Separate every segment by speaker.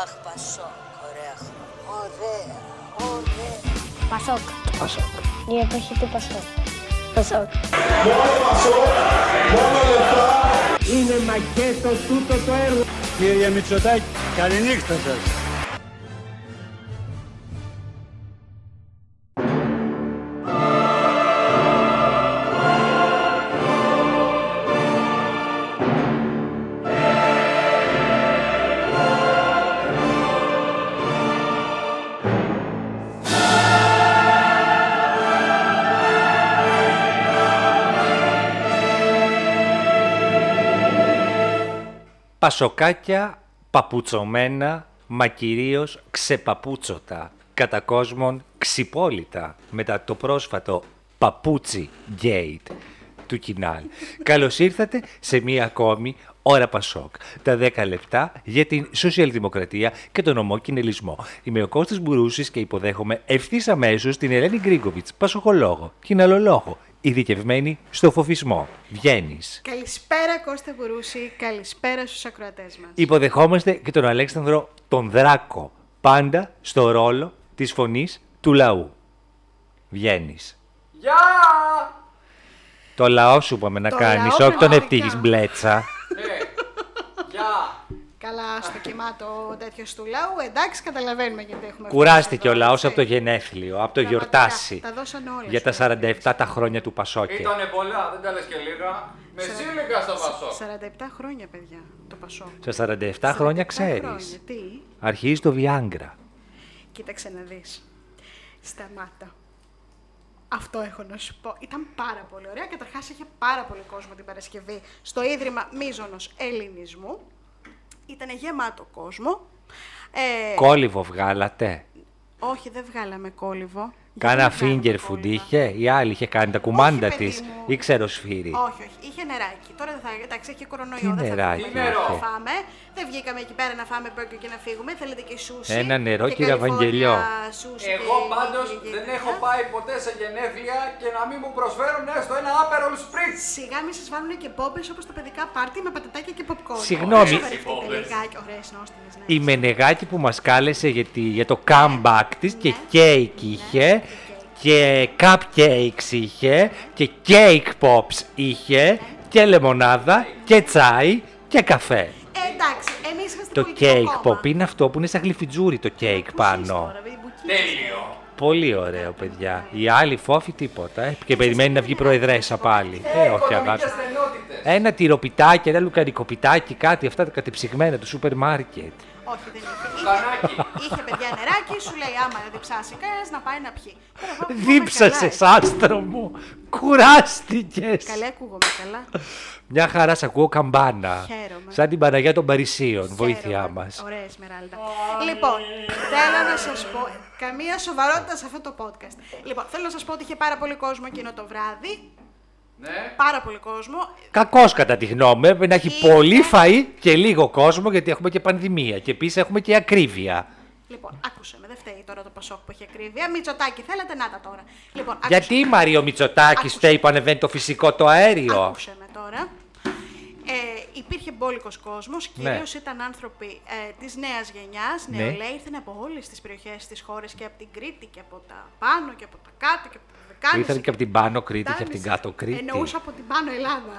Speaker 1: Αχ, Πασόκ, ωραία χρόνια. Ωραία, ωραία.
Speaker 2: Πασόκ.
Speaker 3: Πασόκ.
Speaker 2: Η εποχή του Πασόκ. Πασόκ.
Speaker 4: Είναι μακέτο τούτο το έργο.
Speaker 3: Κύριε Μητσοτάκη, καληνύχτα σας.
Speaker 5: Πασοκάκια παπουτσωμένα, μα κυρίως ξεπαπούτσωτα, κατά κόσμον ξυπόλυτα, μετά το πρόσφατο παπούτσι gate του κοινάλ. Καλώς ήρθατε σε μία ακόμη ώρα Πασόκ. Τα 10 λεπτά για την σοσιαλδημοκρατία και τον ομόκινελισμό. Είμαι ο Κώστας Μπουρούσης και υποδέχομαι ευθύς αμέσως την Ελένη Γκρίγκοβιτς, πασοχολόγο, κοιναλολόγο, ειδικευμένη στο φοφισμό. Βγαίνεις.
Speaker 6: Καλησπέρα Κώστα Γουρούση, καλησπέρα στους ακροατές μας.
Speaker 5: Υποδεχόμαστε και τον Αλέξανδρο τον Δράκο, πάντα στο ρόλο της φωνής του λαού. Βγαίνεις.
Speaker 7: Γεια!
Speaker 5: Το λαό σου είπαμε να
Speaker 6: Το
Speaker 5: κάνεις,
Speaker 6: λαό
Speaker 5: όχι τον
Speaker 6: πραγματικά.
Speaker 5: ευτύχης μπλέτσα.
Speaker 7: Ε, γεια!
Speaker 6: Καλά στο κοιμάτο τέτοιο του λαού, εντάξει καταλαβαίνουμε γιατί έχουμε φτάσει
Speaker 5: Κουράστηκε
Speaker 6: εδώ,
Speaker 5: ο λαός
Speaker 6: έτσι.
Speaker 5: από το γενέθλιο, από το
Speaker 6: Πραγματικά,
Speaker 5: γιορτάσει.
Speaker 6: τα δώσαν όλα
Speaker 5: Για τα
Speaker 6: σου.
Speaker 5: 47 τα χρόνια του Πασόκε.
Speaker 7: Ήτανε πολλά, δεν τα λες και λίγα. Με ζήλικα στο Πασό.
Speaker 6: 47 χρόνια παιδιά το Πασό.
Speaker 5: Στα 47 χρόνια ξέρεις.
Speaker 6: Χρόνια. Τι,
Speaker 5: Αρχίζει το Βιάγκρα.
Speaker 6: κοίταξε να δεις. Σταμάτα. Αυτό έχω να σου πω. Ήταν πάρα πολύ ωραία. Καταρχάς είχε πάρα πολύ κόσμο την Παρασκευή στο Ίδρυμα Μίζωνος Ελληνισμού. Ήταν γεμάτο κόσμο. Ε,
Speaker 5: Κόλυβο βγάλατε.
Speaker 6: Όχι, δεν βγάλαμε κόλυβο. Γιατί
Speaker 5: Κάνα
Speaker 6: δεν βγάλαμε
Speaker 5: finger food
Speaker 6: κόλυβα?
Speaker 5: είχε, η άλλη είχε κάνει τα κουμάντα
Speaker 6: παιδί
Speaker 5: της
Speaker 6: μου.
Speaker 5: ή ξεροσφύρι.
Speaker 6: Όχι, όχι. Είχε νεράκι. Τώρα δεν θα. Εντάξει, έχει κορονοϊό.
Speaker 5: Τι
Speaker 6: δεν θα
Speaker 5: νεράκι
Speaker 6: βγούμε να
Speaker 5: είχε?
Speaker 6: φάμε. Δεν βγήκαμε εκεί πέρα να φάμε μπέργκερ και να φύγουμε. Θέλετε και σούσι.
Speaker 5: Ένα νερό,
Speaker 6: και
Speaker 5: κύριε
Speaker 6: Καλιφόρνια
Speaker 5: Ευαγγελιό.
Speaker 6: σούσι
Speaker 7: Εγώ
Speaker 6: και-
Speaker 7: πάντως
Speaker 6: και- και
Speaker 7: δεν
Speaker 6: τέτοια.
Speaker 7: έχω πάει ποτέ σε γενέθλια και να μην μου προσφέρουν έστω ένα Aperol Spritz.
Speaker 6: Σιγά μην σας βάλουν και μπόμπες όπως τα παιδικά πάρτι με πατατάκια και popcorn.
Speaker 5: Συγγνώμη.
Speaker 6: Ωραία, σοβαρευτείτε
Speaker 7: Μπόμπες.
Speaker 6: λιγάκι. Ωραίες νόστιμες, ναι.
Speaker 5: Η Μενεγάκη που μας κάλεσε για, τη- για το comeback της
Speaker 6: Ναι.
Speaker 5: και κέικ είχε και cupcakes είχε και cake pops είχε και λεμονάδα και τσάι και καφέ.
Speaker 6: Ε, εντάξει, εμείς είμαστε
Speaker 5: Το
Speaker 6: πολιτικό
Speaker 5: cake
Speaker 6: κόμμα.
Speaker 5: pop είναι αυτό που είναι σαν γλυφιτζούρι το cake
Speaker 6: Πού ζεις
Speaker 5: πάνω.
Speaker 6: τώρα, παιδί, μπουκί.
Speaker 7: Τέλειο.
Speaker 5: Πολύ ωραίο παιδιά. Η άλλη φόφη τίποτα ε, και περιμένει να βγει προεδρέσα πάλι. Ε, όχι αγάπη.
Speaker 7: Οικονομικές
Speaker 6: Ε,
Speaker 7: στενότητες.
Speaker 5: Ένα τυροπιτάκι, ένα λουκαρικοπιτάκι, κάτι αυτά τα κατεψυγμένα του σούπερ μάρκετ.
Speaker 6: Όχι, δεν είχε.
Speaker 7: Κανάκι.
Speaker 6: είχε. Είχε παιδιά νεράκι, σου λέει άμα δεν διψάσει κανένας να πάει να πιει. Τώρα, εγώ ακούγομαι καλά,
Speaker 5: Δίψασε,
Speaker 6: ε.
Speaker 5: άστρο μου. Κουράστηκες.
Speaker 6: Καλά, ακούγομαι καλά.
Speaker 5: Μια χαρά σε ακούω καμπάνα.
Speaker 6: Χαίρομαι.
Speaker 5: Σαν την Παναγιά των Παρισίων, βοήθειά
Speaker 6: Χαίρομαι.
Speaker 5: μας.
Speaker 6: Ωραία, Εσμεράλντα. Λοιπόν, θέλω να σας πω. Καμία σοβαρότητα σε αυτό το podcast. Λοιπόν, θέλω να σας πω ότι είχε πάρα πολύ κόσμο εκείνο το βράδυ.
Speaker 7: Ναι.
Speaker 6: Πάρα πολύ κόσμο.
Speaker 5: Κακός κατά τη γνώμη μου. Έπρεπε να έχει
Speaker 6: Ήταν-
Speaker 5: πολύ φαΐ και λίγο κόσμο, γιατί έχουμε και πανδημία. Και επίσης έχουμε και ακρίβεια.
Speaker 6: Λοιπόν, άκουσε με, δεν φταίει τώρα το Πασόκ που έχει ακρίβεια. Μητσοτάκι, θέλετε να τα τώρα. Λοιπόν, άκουσε
Speaker 5: Γιατί η Μαρίο Μητσοτάκη
Speaker 6: Άκουσα.
Speaker 5: φταίει που ανεβαίνει το φυσικό το αέριο.
Speaker 6: Άκουσε με τώρα. Ε, υπήρχε μπόλικος κόσμος,
Speaker 5: Ναι.
Speaker 6: κυρίως ήταν άνθρωποι ε, της νέας γενιάς,
Speaker 5: Ναι.
Speaker 6: νεολαία, ήρθαν από όλες τις περιοχές της χώρας και από την Κρήτη και από τα πάνω και από τα κάτω και από τα δεκάνηση.
Speaker 5: Ήρθαν και από την πάνω Κρήτη και από την
Speaker 6: Τάνηση.
Speaker 5: κάτω Κρήτη.
Speaker 6: Εννοούσα από την πάνω Ελλάδα.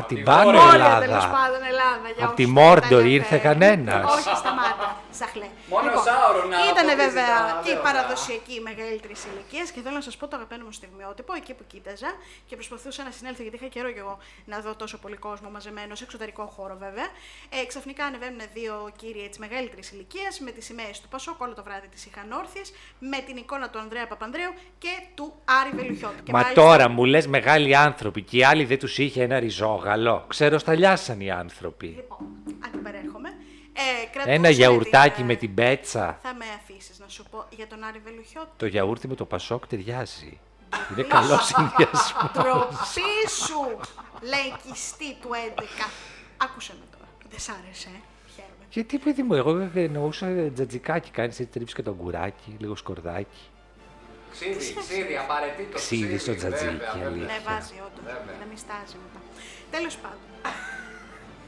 Speaker 5: Από την
Speaker 7: τη
Speaker 5: πάνω
Speaker 7: Βόρεια,
Speaker 6: Βόρεια τέλος
Speaker 5: Ελλάδα.
Speaker 6: πάντων Ελλάδα. για
Speaker 5: Απ'
Speaker 6: όσους
Speaker 5: τη
Speaker 6: δεν
Speaker 5: Μόρντορ
Speaker 6: καταλαβαίνουν.
Speaker 5: ήρθε κανένας.
Speaker 6: Όχι, σταμάτα. Σαχλέ.
Speaker 7: Μόνο Σάουρον να
Speaker 6: Ήταν
Speaker 7: αποκλείσει
Speaker 6: βέβαια
Speaker 7: τα
Speaker 6: η
Speaker 7: δέοντα.
Speaker 6: παραδοσιακή μεγαλύτερη ηλικία και θέλω να σας πω το αγαπημένο μου στιγμιότυπο εκεί που κοίταζα και προσπαθούσα να συνέλθω γιατί είχα καιρό κι εγώ να δω τόσο πολύ κόσμο μαζεμένο σε εξωτερικό χώρο βέβαια. Ε, ξαφνικά ανεβαίνουν δύο κύριοι τη μεγαλύτερης ηλικίας με τις σημαίες του Πασόκ όλο το βράδυ τις είχαν όρθιες με την εικόνα του Ανδρέα Παπανδρέου και του Άρη Βελουχιώτη. Και
Speaker 5: Μα
Speaker 6: μάλιστα-
Speaker 5: τώρα μου λες μεγάλοι άνθρωποι και οι άλλοι δεν τους είχε ένα ριζόγαλο. Ξεροσταλιάσαν οι άνθρωποι.
Speaker 6: Λοιπόν, αντιπερέρχομαι. Ε, κρατούσανε
Speaker 5: Ένα γιαουρτάκι με
Speaker 6: ε,
Speaker 5: την πέτσα.
Speaker 6: Θα με αφήσεις να σου πω για τον Άρη Βελουχιώτη.
Speaker 5: Το γιαούρτι με το πασόκ ταιριάζει. Είναι καλό συνδυασμό.
Speaker 6: Τροπή σου, λαϊκιστή του 11. Άκουσε με τώρα. Δεν σ' άρεσε, ε. χαίρομαι.
Speaker 5: Γιατί παιδί μου, εγώ εννοούσα ε, τζατζικάκι. Κάνεις έτσι τρίψεις και το αγκουράκι, λίγο σκορδάκι.
Speaker 7: Ξύδι, ξύδι, απαραίτητο.
Speaker 5: Ξύδι στο τζατζίκι,
Speaker 7: βέβαια, βέβαια.
Speaker 5: αλήθεια.
Speaker 6: Ναι, βάζει όντως.
Speaker 7: Βέβαια.
Speaker 6: Να μην στάζει μετά. Τέλο πάντων.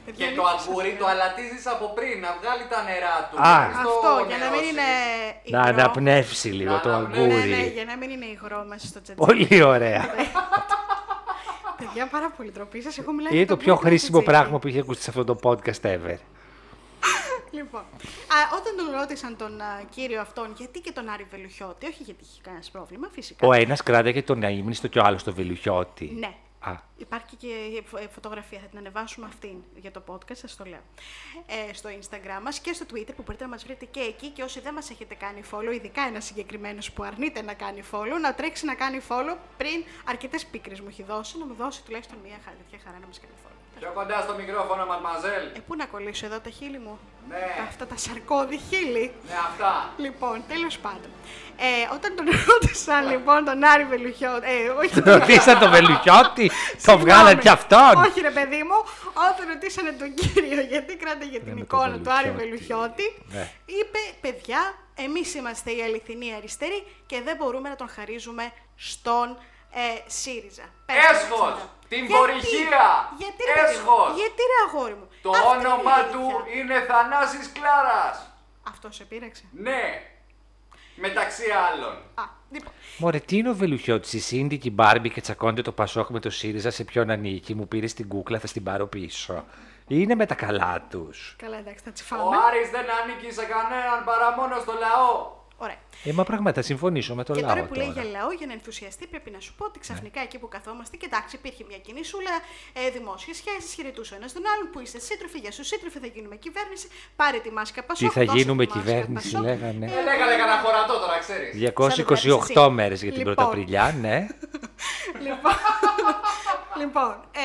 Speaker 6: Παιδιά,
Speaker 7: Και
Speaker 6: μην
Speaker 7: το
Speaker 6: φύσετε,
Speaker 7: αγγούρι
Speaker 6: παιδιά.
Speaker 7: το αλατίζεις από πριν, να βγάλει τα νερά του.
Speaker 5: Α.
Speaker 7: να το
Speaker 6: Αυτό, για να μην
Speaker 7: νερώσει.
Speaker 6: είναι
Speaker 5: Να
Speaker 6: υγρό.
Speaker 5: αναπνεύσει λίγο
Speaker 7: Να
Speaker 5: το
Speaker 7: αναπνεύσει.
Speaker 6: Ναι, ναι,
Speaker 5: αγγούρι.
Speaker 6: για να μην είναι υγρό μέσα στο τσετζί.
Speaker 5: Πολύ ωραία.
Speaker 6: Παιδιά, πάρα πολύ ντροπή σας. Έχω μιλάει
Speaker 5: Είναι
Speaker 6: για
Speaker 5: το
Speaker 6: τα
Speaker 5: πιο
Speaker 6: γούρια και
Speaker 5: χρήσιμο
Speaker 6: τσετζίκι.
Speaker 5: πράγμα που είχε ακουστεί σε αυτό το podcast ever.
Speaker 6: Λοιπόν, α, όταν τον ρώτησαν τον α, κύριο αυτόν γιατί και τον Άρη Βελουχιώτη, όχι γιατί είχε κανένας πρόβλημα, φυσικά.
Speaker 5: Ο ένας κράταγε τον αείμνηστο και ο άλλος τον βελουχιώτη.
Speaker 6: Ναι.
Speaker 5: Α,
Speaker 6: Υπάρχει και η φω- ε, φωτογραφία, θα την ανεβάσουμε αυτήν για το podcast, σας το λέω. Ε, στο Instagram μας και στο Twitter που μπορείτε να μας βρείτε και εκεί και όσοι δεν μας έχετε κάνει follow, ειδικά ένας συγκεκριμένος που αρνείται να κάνει follow, να τρέξει να κάνει follow πριν αρκετές πίκρες μου έχει δώσει, να μου δώσει τουλάχιστον μία χα- τέτοια χαρά να μας κάνει follow.
Speaker 7: Πιο κοντά στο μικρόφωνο, μαρμαζέλ.
Speaker 6: Ε, πού να κολλήσω εδώ τα χείλη μου,
Speaker 7: Ναι.
Speaker 6: Τα- αυτά τα σαρκώδη χείλη.
Speaker 7: Ναι, αυτά.
Speaker 6: Λοιπόν, τέλος πάντων. Ε, όταν τον ρώτησαν λοιπόν τον Άρη Βελουχιώτη, ε, όχι
Speaker 5: Ρωτήσα τον Βελουχιώτη, το
Speaker 6: Συγγνώμη.
Speaker 5: βγάλαν κι αυτόν.
Speaker 6: Όχι, ρε παιδί μου, όταν ρωτήσανε τον κύριο γιατί κράταγε την
Speaker 5: με
Speaker 6: εικόνα
Speaker 5: τον
Speaker 6: του Άρη
Speaker 5: Βελουχιώτη.
Speaker 6: Βελουχιώτη,
Speaker 5: Ναι.
Speaker 6: είπε παιδιά, εμείς είμαστε οι αληθινοί αριστεροί και δεν μπορούμε να τον χαρίζουμε στον ε, ΣΥΡΙΖΑ. Πες μου,
Speaker 7: Έσχος!
Speaker 6: Αλέξανδρα.
Speaker 7: Την
Speaker 6: Γιατί?
Speaker 7: Βορυχία!
Speaker 6: Γιατί, ρε παιδί μου,
Speaker 7: Έσχος!
Speaker 6: Γιατί ρε αγόρι μου!
Speaker 7: Το
Speaker 6: Αυτή είναι η
Speaker 7: όνομα
Speaker 6: αλήθεια.
Speaker 7: του είναι Θανάσης Κλάρας.
Speaker 6: Αυτό σε πείραξε.
Speaker 7: Ναι. Μεταξύ άλλων.
Speaker 6: Α, λοιπόν.
Speaker 5: Μωρέ, τι είναι ο Βελουχιώτης, η Σίντι και η Μπάρμπι και τσακώνεται το Πασόκ με το ΣΥΡΙΖΑ σε ποιον ανήκει. Μου πήρε την κούκλα, θα στην πάρω πίσω. Είναι με τα καλά τους.
Speaker 6: Καλά, εντάξει, θα τσιφάμε.
Speaker 7: Ο Άρης δεν ανήκει σε κανέναν παρά μόνο στο λαό.
Speaker 6: Ωραία.
Speaker 5: Ε, μα πράγμα, θα συμφωνήσω με το
Speaker 6: Και
Speaker 5: λαό
Speaker 6: τώρα που λέει
Speaker 5: τώρα. Ναι.
Speaker 6: για λαό, για να ενθουσιαστεί, πρέπει να σου πω ότι ξαφνικά εκεί που καθόμαστε, κοιτάξτε, υπήρχε μια κοινή σούλα, ε, δημόσιες σχέσεις, χαιρετούσε ο ένας τον άλλον, που είστε σύντροφοι, για σου σύντροφοι, θα γίνουμε κυβέρνηση, πάρε τη μάσκα Πασόκ.
Speaker 5: θα
Speaker 6: δώσε τη
Speaker 5: γίνουμε
Speaker 6: μάσκα,
Speaker 5: κυβέρνηση,
Speaker 6: Πασόκ.
Speaker 5: λέγανε.
Speaker 7: Ε, λέγανε κανένα χωρατό τώρα, ξέρεις.
Speaker 5: 228 μέρες για την
Speaker 6: Λοιπόν.
Speaker 5: Πρωταπριλιά, ναι.
Speaker 6: λοιπόν, λοιπόν ε,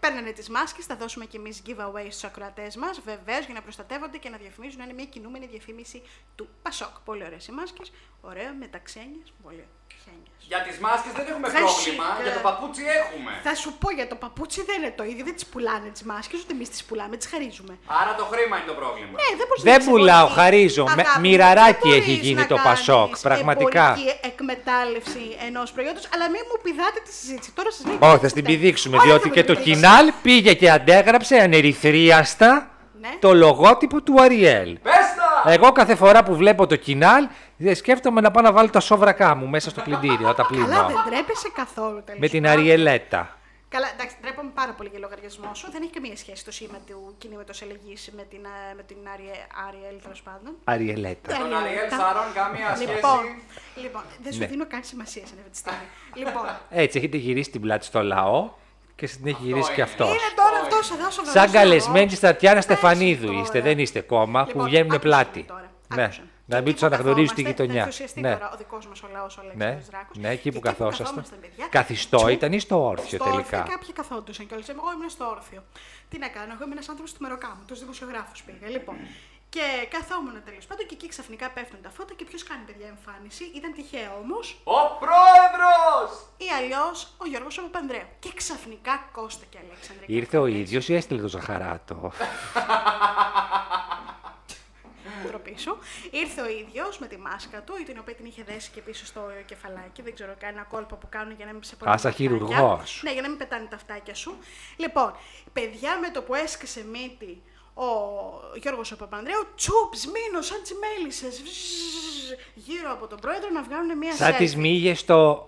Speaker 6: παίρνανε τις μάσκες, θα δώσουμε και εμείς giveaway στους ακροατές μας, βεβαίως για να προστατεύονται και να διαφημίζουν. να Είναι μια κινούμενη διαφήμιση του Πασόκ. Πολύ ωραίες οι μάσκες, ωραία, μεταξένια, πολύ χένιες.
Speaker 7: Για τις μάσκες δεν έχουμε
Speaker 6: Φρέσικα.
Speaker 7: πρόβλημα, για το παπούτσι έχουμε.
Speaker 6: Θα σου πω για το παπούτσι δεν είναι το ίδιο. Δεν τις πουλάνε τις μάσκες, ούτε εμείς τις πουλάμε, τις χαρίζουμε.
Speaker 7: Άρα το χρήμα είναι το πρόβλημα.
Speaker 6: Ε, δεν μπορείς να
Speaker 5: Δεν
Speaker 6: έχεις
Speaker 5: πουλάω,
Speaker 6: εμπορική
Speaker 5: χαρίζω. Με-
Speaker 6: αγάπη.
Speaker 5: μοιραράκι
Speaker 6: Δεν
Speaker 5: έχει
Speaker 6: μπορείς
Speaker 5: γίνει
Speaker 6: να
Speaker 5: το Πασόκ,
Speaker 6: κάνεις
Speaker 5: πραγματικά.
Speaker 6: εμπορική εκμετάλλευση ενός προϊόντος, αλλά μην μου πηδάτε τη συζήτηση. Τώρα σας λέω.
Speaker 5: Όχι, θα στην πηδήξουμε,
Speaker 6: Ωραία,
Speaker 5: διότι
Speaker 6: θα
Speaker 5: και
Speaker 6: την
Speaker 5: το
Speaker 6: πηδήξουμε.
Speaker 5: Κινάλ πήγε και αντέγραψε ανερυθρίαστα
Speaker 6: Ναι.
Speaker 5: το λογότυπο του Αριέλ.
Speaker 7: Πες τα!
Speaker 5: Εγώ κάθε φορά που βλέπω το Κινάλ, δε- σκέφτομαι να πάω να βάλω τα σόβρακά μου μέσα στο πλυντήριο, όταν
Speaker 6: Καλά,
Speaker 5: πλύνω.
Speaker 6: δεν τρέπεσαι καθόλου τέλο
Speaker 5: Με την Αριελέτα. λογαριασμό
Speaker 6: Καλά, εντάξει, τρέπομαι πάρα πολύ για λογαριασμό σου. Δεν έχει καμία σχέση το σήμα του κινήματος ελεγγύης με την, ε, με την Ariel, τέλος πάντων.
Speaker 5: Αριελέτα.
Speaker 7: Τον
Speaker 6: Τέλεια.
Speaker 7: Αριέλ
Speaker 6: Τα-
Speaker 7: Σαρών καμία
Speaker 6: Λοιπόν,
Speaker 7: σχέση.
Speaker 6: λοιπόν, δεν σου
Speaker 5: Ναι.
Speaker 6: δίνω καν σημασία σε αυτή τη στιγμή. λοιπόν,
Speaker 5: Έτσι, έχετε γυρίσει την πλάτη στο λαό και στην έχει γυρίσει και
Speaker 7: είναι.
Speaker 5: αυτός.
Speaker 6: είναι τώρα αυτός εδώ σοβαρό.
Speaker 5: Σαν καλεσμένοι της Τατιάνας
Speaker 6: Τατιάνα
Speaker 5: Στεφανίδου είστε, δεν είστε κόμμα
Speaker 6: Λοιπόν,
Speaker 5: που βγαίνουν πλάτη. Ναι. Να μην του αναγνωρίζουν τη γειτονιά.
Speaker 6: Ναι. Τώρα, ο δικός μας ο λαός, ο
Speaker 5: Ναι,
Speaker 6: Αλέξανδρος Δράκος.
Speaker 5: ναι, εκεί
Speaker 6: Και
Speaker 5: που καθόσασταν.
Speaker 6: καθόμασταν, παιδιά.
Speaker 5: Καθιστό
Speaker 6: Τσου,
Speaker 5: ήταν ή στο όρθιο
Speaker 6: στο
Speaker 5: τελικά.
Speaker 6: Όρθιο, κάποιοι καθόντουσαν κιόλας. Εγώ ήμουν στο όρθιο. Τι να κάνω, εγώ ήμουν ένας άνθρωπος του μεροκάμου, τους δημοσιογράφους πήγα. Λοιπόν. Και καθόμουν τέλος πάντων και εκεί ξαφνικά πέφτουν τα φώτα και ποιος κάνει παιδιά εμφάνιση. Ήταν τυχαίο όμως
Speaker 7: Ο πρόεδρος!
Speaker 6: ή αλλιώς ο Γιώργος Παπανδρέου. Και ξαφνικά Κώστα και Αλέξανδρε.
Speaker 5: Ήρθε ο ίδιος ή έστειλε το ζαχαράτο.
Speaker 6: ντροπή σου. Ήρθε ο ίδιος με τη μάσκα του, την οποία την είχε δέσει και πίσω στο κεφαλάκι. Δεν ξέρω, κανένα κόλπο που κάνουν για να μην σε πονάνε.
Speaker 5: Α, σαν
Speaker 6: τα φτάκια.
Speaker 5: χειρουργός.
Speaker 6: Ναι, για να μην πετάνε τα φτάκια σου. Λοιπόν, παιδιά με το που έσκησε μύτη ο Γιώργος ο Παπανδρέου, τσουπ, σμήνω, σαν τι μέλισσε. Γύρω από τον πρόεδρο να βγάλουν μια
Speaker 5: Σαν
Speaker 6: selfie.
Speaker 5: τις μύγες στο.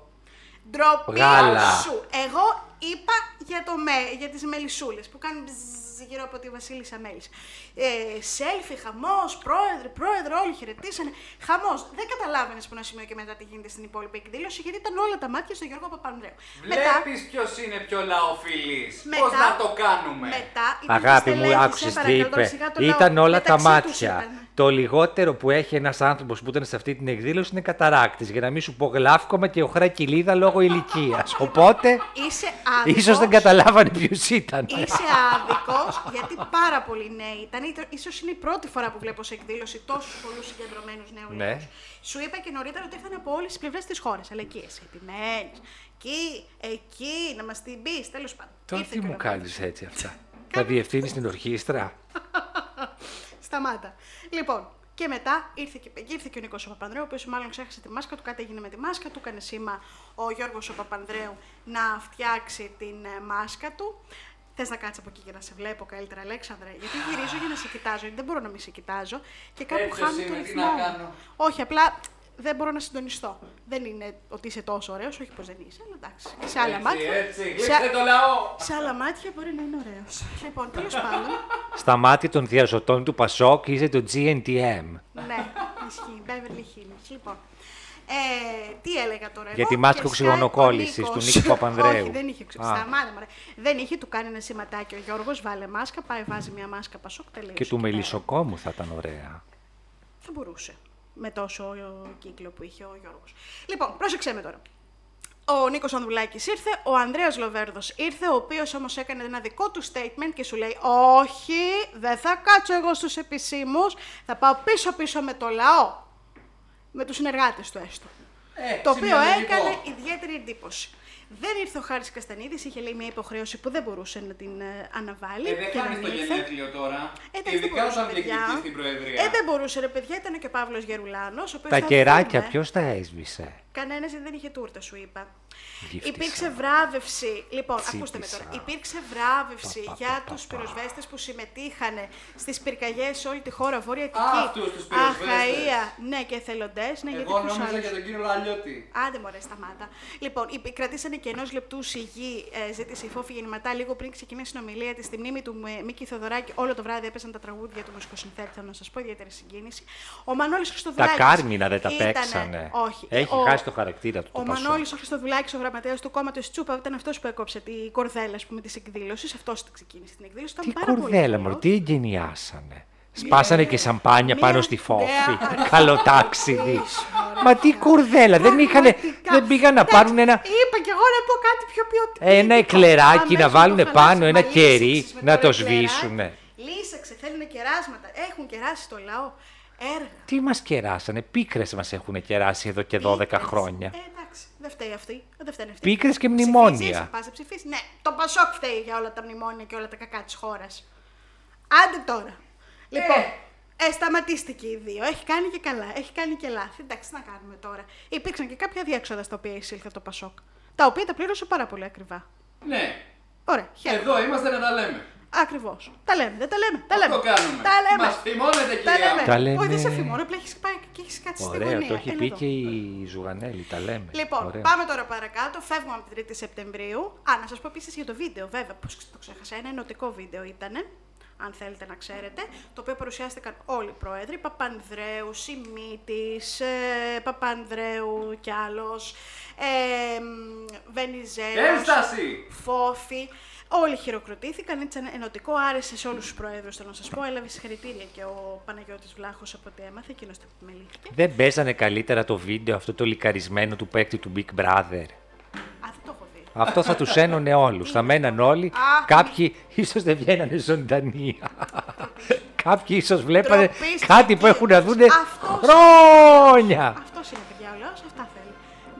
Speaker 6: Ντροπή
Speaker 5: Γάλα.
Speaker 6: σου. Εγώ είπα για, το με, για τις μελισσούλες που κάνουν μπζζζ γύρω από τη Βασίλισσα Μέλης. Ε, σέλφι, χαμός, πρόεδρε, πρόεδρε, όλοι χαιρετήσανε. Χαμός. Δεν καταλάβαινες που ένα σημείο και μετά τι γίνεται στην υπόλοιπη εκδήλωση γιατί ήταν όλα τα μάτια στον Γιώργο Παπανδρέου.
Speaker 7: Βλέπεις ποιος είναι πιο λαοφιλής.
Speaker 6: μετά-
Speaker 7: Πώς να το κάνουμε.
Speaker 6: Μετά, ήταν
Speaker 5: Αγάπη
Speaker 6: στελέχη,
Speaker 5: μου,
Speaker 6: σε
Speaker 5: άκουσε τι
Speaker 6: παρακαλώ, τώρα
Speaker 5: είπε.
Speaker 6: σιγά το λαό.
Speaker 5: Ήταν όλα τα
Speaker 6: Μεταξύ τους
Speaker 5: μάτια.
Speaker 6: ήταν.
Speaker 5: Το λιγότερο που έχει ένας άνθρωπος που ήταν σε αυτή την εκδήλωση είναι καταράκτης. Για να μην σου πω γλάφκομα και οχρά κοιλίδα λόγω ηλικίας. Οπότε,
Speaker 6: Είσαι
Speaker 5: ίσως δεν
Speaker 6: άδικος.
Speaker 5: καταλάβανε ποιος ήταν.
Speaker 6: Είσαι άδικος, γιατί πάρα πολλοί νέοι ήταν. σω είναι η πρώτη φορά που βλέπω σε εκδήλωση τόσους πολλούς συγκεντρωμένους νέους
Speaker 5: Ναι.
Speaker 6: ναι. Σου είπα και νωρίτερα ότι ήρθαν από όλες τις πλευρές της χώρας. Αλλά εκεί εσύ επιμένεις. Εκεί, εκεί, να μας την πεις, τέλος πάντων.
Speaker 5: Τώρα
Speaker 6: Ήρθε
Speaker 5: τι
Speaker 6: και
Speaker 5: μου
Speaker 6: ο
Speaker 5: κάνεις έτσι αυτά. Θα διευθύνεις την ορχήστρα.
Speaker 6: Σταμάτα. Λοιπόν, και μετά ήρθε και, ήρθε και ο Νίκος Παπανδρέου, ο οποίος μάλλον ξέχασε τη μάσκα του, κάτι έγινε με τη μάσκα του. Έκανε σήμα ο Γιώργος Παπανδρέου να φτιάξει την ε, μάσκα του. Θες να κάτσεις από εκεί και να σε βλέπω καλύτερα, Αλέξανδρε. Γιατί γυρίζω για να σε κοιτάζω, γιατί δεν μπορώ να μην σε κοιτάζω και κάπου
Speaker 7: Έτσι
Speaker 6: χάνω
Speaker 7: εσύ,
Speaker 6: το
Speaker 7: τι
Speaker 6: ρυθμό.
Speaker 7: να
Speaker 6: μου.
Speaker 7: κάνω.
Speaker 6: Όχι, απλά δεν μπορώ να συντονιστώ. Δεν είναι ότι είσαι τόσο ωραίος, όχι πως δεν είσαι, αλλά εντάξει. Σε άλλα
Speaker 7: Έτσι,
Speaker 6: μάτια.
Speaker 7: έτσι,
Speaker 6: σε...
Speaker 7: γλύψτε το λαό.
Speaker 6: σε άλλα μάτια μπορεί να είναι ωραίος. λοιπόν, τέλος πάντων.
Speaker 5: Στα μάτια των διαζωτών του Πασόκ είσαι το GNTM.
Speaker 6: ναι, ισχύει. Beverly Hills. Λοιπόν. Ε, τι έλεγα τώρα.
Speaker 5: Για
Speaker 6: εγώ
Speaker 5: τη μάσκα
Speaker 6: και
Speaker 5: οξυγονοκόλλησης
Speaker 6: σκάει ο
Speaker 5: του
Speaker 6: Νίκος.
Speaker 5: Νίκου Παπανδρέου.
Speaker 6: Όχι, δεν είχε οξυ-
Speaker 5: Α.
Speaker 6: Σταμάτα, μωρέ. Δεν είχε, του κάνει ένα σηματάκι ο Γιώργος, βάλε μάσκα, πάει, βάζει μια μάσκα πασόκ, τελείωσε.
Speaker 5: Και του
Speaker 6: εκεί πέρα.
Speaker 5: μελισσοκόμου θα ήταν ωραία.
Speaker 6: Θα μπορούσε. Με τόσο ε, κύκλο που είχε ο Γιώργος. Λοιπόν, πρόσεξε με τώρα. Ο Νίκος Ανδουλάκη ήρθε, ο Ανδρέας Λοβέρδος ήρθε, ο οποίος όμως έκανε ένα δικό του statement και σου λέει: Όχι, δεν θα κάτσω εγώ στους επισήμους, θα πάω πίσω-πίσω με το λαό. Με τους συνεργάτες του έστω.
Speaker 7: Ε,
Speaker 6: το οποίο
Speaker 7: σημειολογικό.
Speaker 6: έκανε ιδιαίτερη εντύπωση. Δεν ήρθε ο Χάρης Καστανίδης, είχε λέει μια υποχρέωση που δεν μπορούσε να την ε, αναβάλει.
Speaker 7: Ε, δεν
Speaker 6: και
Speaker 7: χάνει
Speaker 6: δεν
Speaker 7: το
Speaker 6: ήρθε.
Speaker 7: γενέθλιο τώρα.
Speaker 6: Ε, εντάξει, δεν
Speaker 7: Ειδικά
Speaker 6: μπορούσε,
Speaker 7: όταν
Speaker 6: παιδιά.
Speaker 7: διεκδικεί την Προεδρία.
Speaker 6: Ε, δεν μπορούσε, ρε παιδιά, ήταν και ο Παύλος Γερουλάνος.
Speaker 5: Τα κεράκια ποιος τα έσβησε.
Speaker 6: Κανένας δεν είχε τούρτα, σου είπα.
Speaker 5: Γύφτησα.
Speaker 6: Υπήρξε βράβευση. Λοιπόν, ακούστε με
Speaker 5: Τσίπησα.
Speaker 6: τώρα. Υπήρξε βράβευση
Speaker 5: Πα, πα, πα,
Speaker 6: για
Speaker 5: πα,
Speaker 6: τους
Speaker 5: πα.
Speaker 6: πυροσβέστες που συμμετείχαν στις πυρκαγιές σε όλη τη χώρα, Βόρεια Αττική.
Speaker 7: αυτούς τους πυροσβέστες.
Speaker 6: Αχαία, ναι, και εθελοντές. Ναι, γιατί
Speaker 7: Εγώ
Speaker 6: ποιους
Speaker 7: νόμιζα
Speaker 6: άλλους.
Speaker 7: για τον κύριο Λαλιώτη.
Speaker 6: Άντε μωρέ, σταμάτα. Λοιπόν, υπ- κρατήσανε και ενός λεπτού σιγή, ε, ζήτησε η Φόφη Γεννηματά λίγο πριν ξεκινήσει η συνομιλία της στη μνήμη του ε, Μίκη Θοδωράκη. Όλο το βράδυ έπαιζαν τα τραγούδια του μουσικοσυνθέτη, θέλω να σας πω, ιδιαίτερη συγκίνηση. Ο Μανώλης
Speaker 5: Τα
Speaker 6: Χριστοδουλάκη.
Speaker 5: κάρμινα δεν τα παίξανε.
Speaker 6: Όχι.
Speaker 5: Έχει
Speaker 6: ο...
Speaker 5: χάσει το χαρακτήρα του.
Speaker 6: Ο
Speaker 5: το
Speaker 6: Μανώλη
Speaker 5: Πασόκ.
Speaker 6: ο Χριστοδουλάκης, ο γραμματέας του κόμματο Τσούπα, ήταν αυτός που έκοψε την κορδέλα της εκδήλωσης. Αυτός ξεκίνησε την εκδήλωση. Ήταν
Speaker 5: Τι
Speaker 6: πάρα πολύ
Speaker 5: κορδέλα μου,
Speaker 6: ωραίο.
Speaker 5: τι εγκαινιάσανε. Σπάσανε και σαμπάνια
Speaker 6: Μία
Speaker 5: πάνω στη φόφη.
Speaker 6: νέα
Speaker 5: Καλοτάξιδη. Μα τι κορδέλα, δεν, είχανε,
Speaker 6: Πραγματικά.
Speaker 5: δεν πήγαν να
Speaker 6: Εντάξει,
Speaker 5: πάρουν ένα, Ε,
Speaker 6: Είπα κι εγώ να πω κάτι πιο ποιοτικό.
Speaker 5: Ένα εκλεράκι να
Speaker 6: Αμέσως
Speaker 5: βάλουν
Speaker 6: το χαλάσαμε.
Speaker 5: πάνω, ένα
Speaker 6: Μα
Speaker 5: κερί
Speaker 6: λύσαξες με
Speaker 5: να το
Speaker 6: εκλεράκι.
Speaker 5: σβήσουνε.
Speaker 6: Λύσαξε, θέλουν κεράσματα. Έχουν κεράσει το λαό. Έργα.
Speaker 5: Τι μας κεράσανε, πίκρες μας έχουν κεράσει εδώ και 12
Speaker 6: Πίκρες.
Speaker 5: χρόνια.
Speaker 6: Ε, εντάξει, δεν φταίει αυτή. Δεν φταίνε αυτοί.
Speaker 5: Πίκρες και
Speaker 6: Ψηφίζεις,
Speaker 5: μνημόνια.
Speaker 6: πας να ψηφίσεις. Ναι, το Πασόκ φταίει για όλα τα μνημόνια και όλα τα κακά της χώρας. Άντε τώρα. Λοιπόν, ε. σταματίστηκε οι δύο. Έχει κάνει και καλά. Έχει κάνει και λάθη. Εντάξει, τι να κάνουμε τώρα. Υπήρξαν και κάποια διέξοδα στα οποία εισήλθε το Πασόκ. Τα οποία τα πλήρωσε πάρα πολύ ακριβά.
Speaker 7: Ναι,
Speaker 6: Ωραία, χαίρομαι.
Speaker 7: εδώ είμαστε να τα λέμε.
Speaker 6: Ακριβώς. Τα λέμε, δεν τα λέμε. Τα λέμε.
Speaker 7: Αυτό κάνουμε.
Speaker 6: Τα λέμε.
Speaker 7: Μας θυμώνετε,
Speaker 6: τα
Speaker 7: κυρία
Speaker 6: λέμε.
Speaker 7: μου.
Speaker 5: Τα λέμε.
Speaker 6: Όχι, δεν σε θυμώνω, απλά έχεις πάει και έχεις κάτι στη
Speaker 5: Ωραίο,
Speaker 6: γωνία.
Speaker 5: το έχει
Speaker 6: Έλα
Speaker 5: πει
Speaker 6: εδώ.
Speaker 5: και η Ζουγανέλη, τα λέμε.
Speaker 6: Λοιπόν,
Speaker 5: Ωραίο.
Speaker 6: πάμε τώρα παρακάτω. Φεύγουμε από την 3η Σεπτεμβρίου. Α, να σας πω επίσης για το βίντεο, βέβαια. Πώς το ξέχασα. Ένα ενωτικό βίντεο ήταν, αν θέλετε να ξέρετε, το οποίο παρουσιάστηκαν όλοι οι πρόεδροι. Παπανδρέου, Σιμίτης, ε, Παπανδρέου κι άλλος. Ε, Βενιζέλος.
Speaker 7: Ένσταση!
Speaker 6: Φόφη. Όλοι χειροκροτήθηκαν, έτσι ένα ενωτικό άρεσε σε όλους τους προέδρους. Θέλω να σας πω, έλαβε συγχαρητήρια και ο Παναγιώτης Βλάχος από ό,τι έμαθε, εκείνος το επιμελήθηκε.
Speaker 5: Δεν παίζανε καλύτερα το βίντεο αυτό το λικαρισμένο του παίκτη του Big Brother.
Speaker 6: Α, δεν το έχω δει.
Speaker 5: Αυτό θα τους ένωνε όλους. θα μέναν όλοι.
Speaker 6: Αχ.
Speaker 5: Κάποιοι ίσως δεν βγαίνανε ζωντανοί. Κάποιοι ίσως βλέπανε
Speaker 6: Ντροπή
Speaker 5: κάτι
Speaker 6: στην
Speaker 5: που έχουν να
Speaker 6: κύρωση.
Speaker 5: δούνε
Speaker 6: Αυτός-
Speaker 5: χρόνια.
Speaker 6: Αυτός είναι, παιδιά, ο λαός. Αυτά θέλει.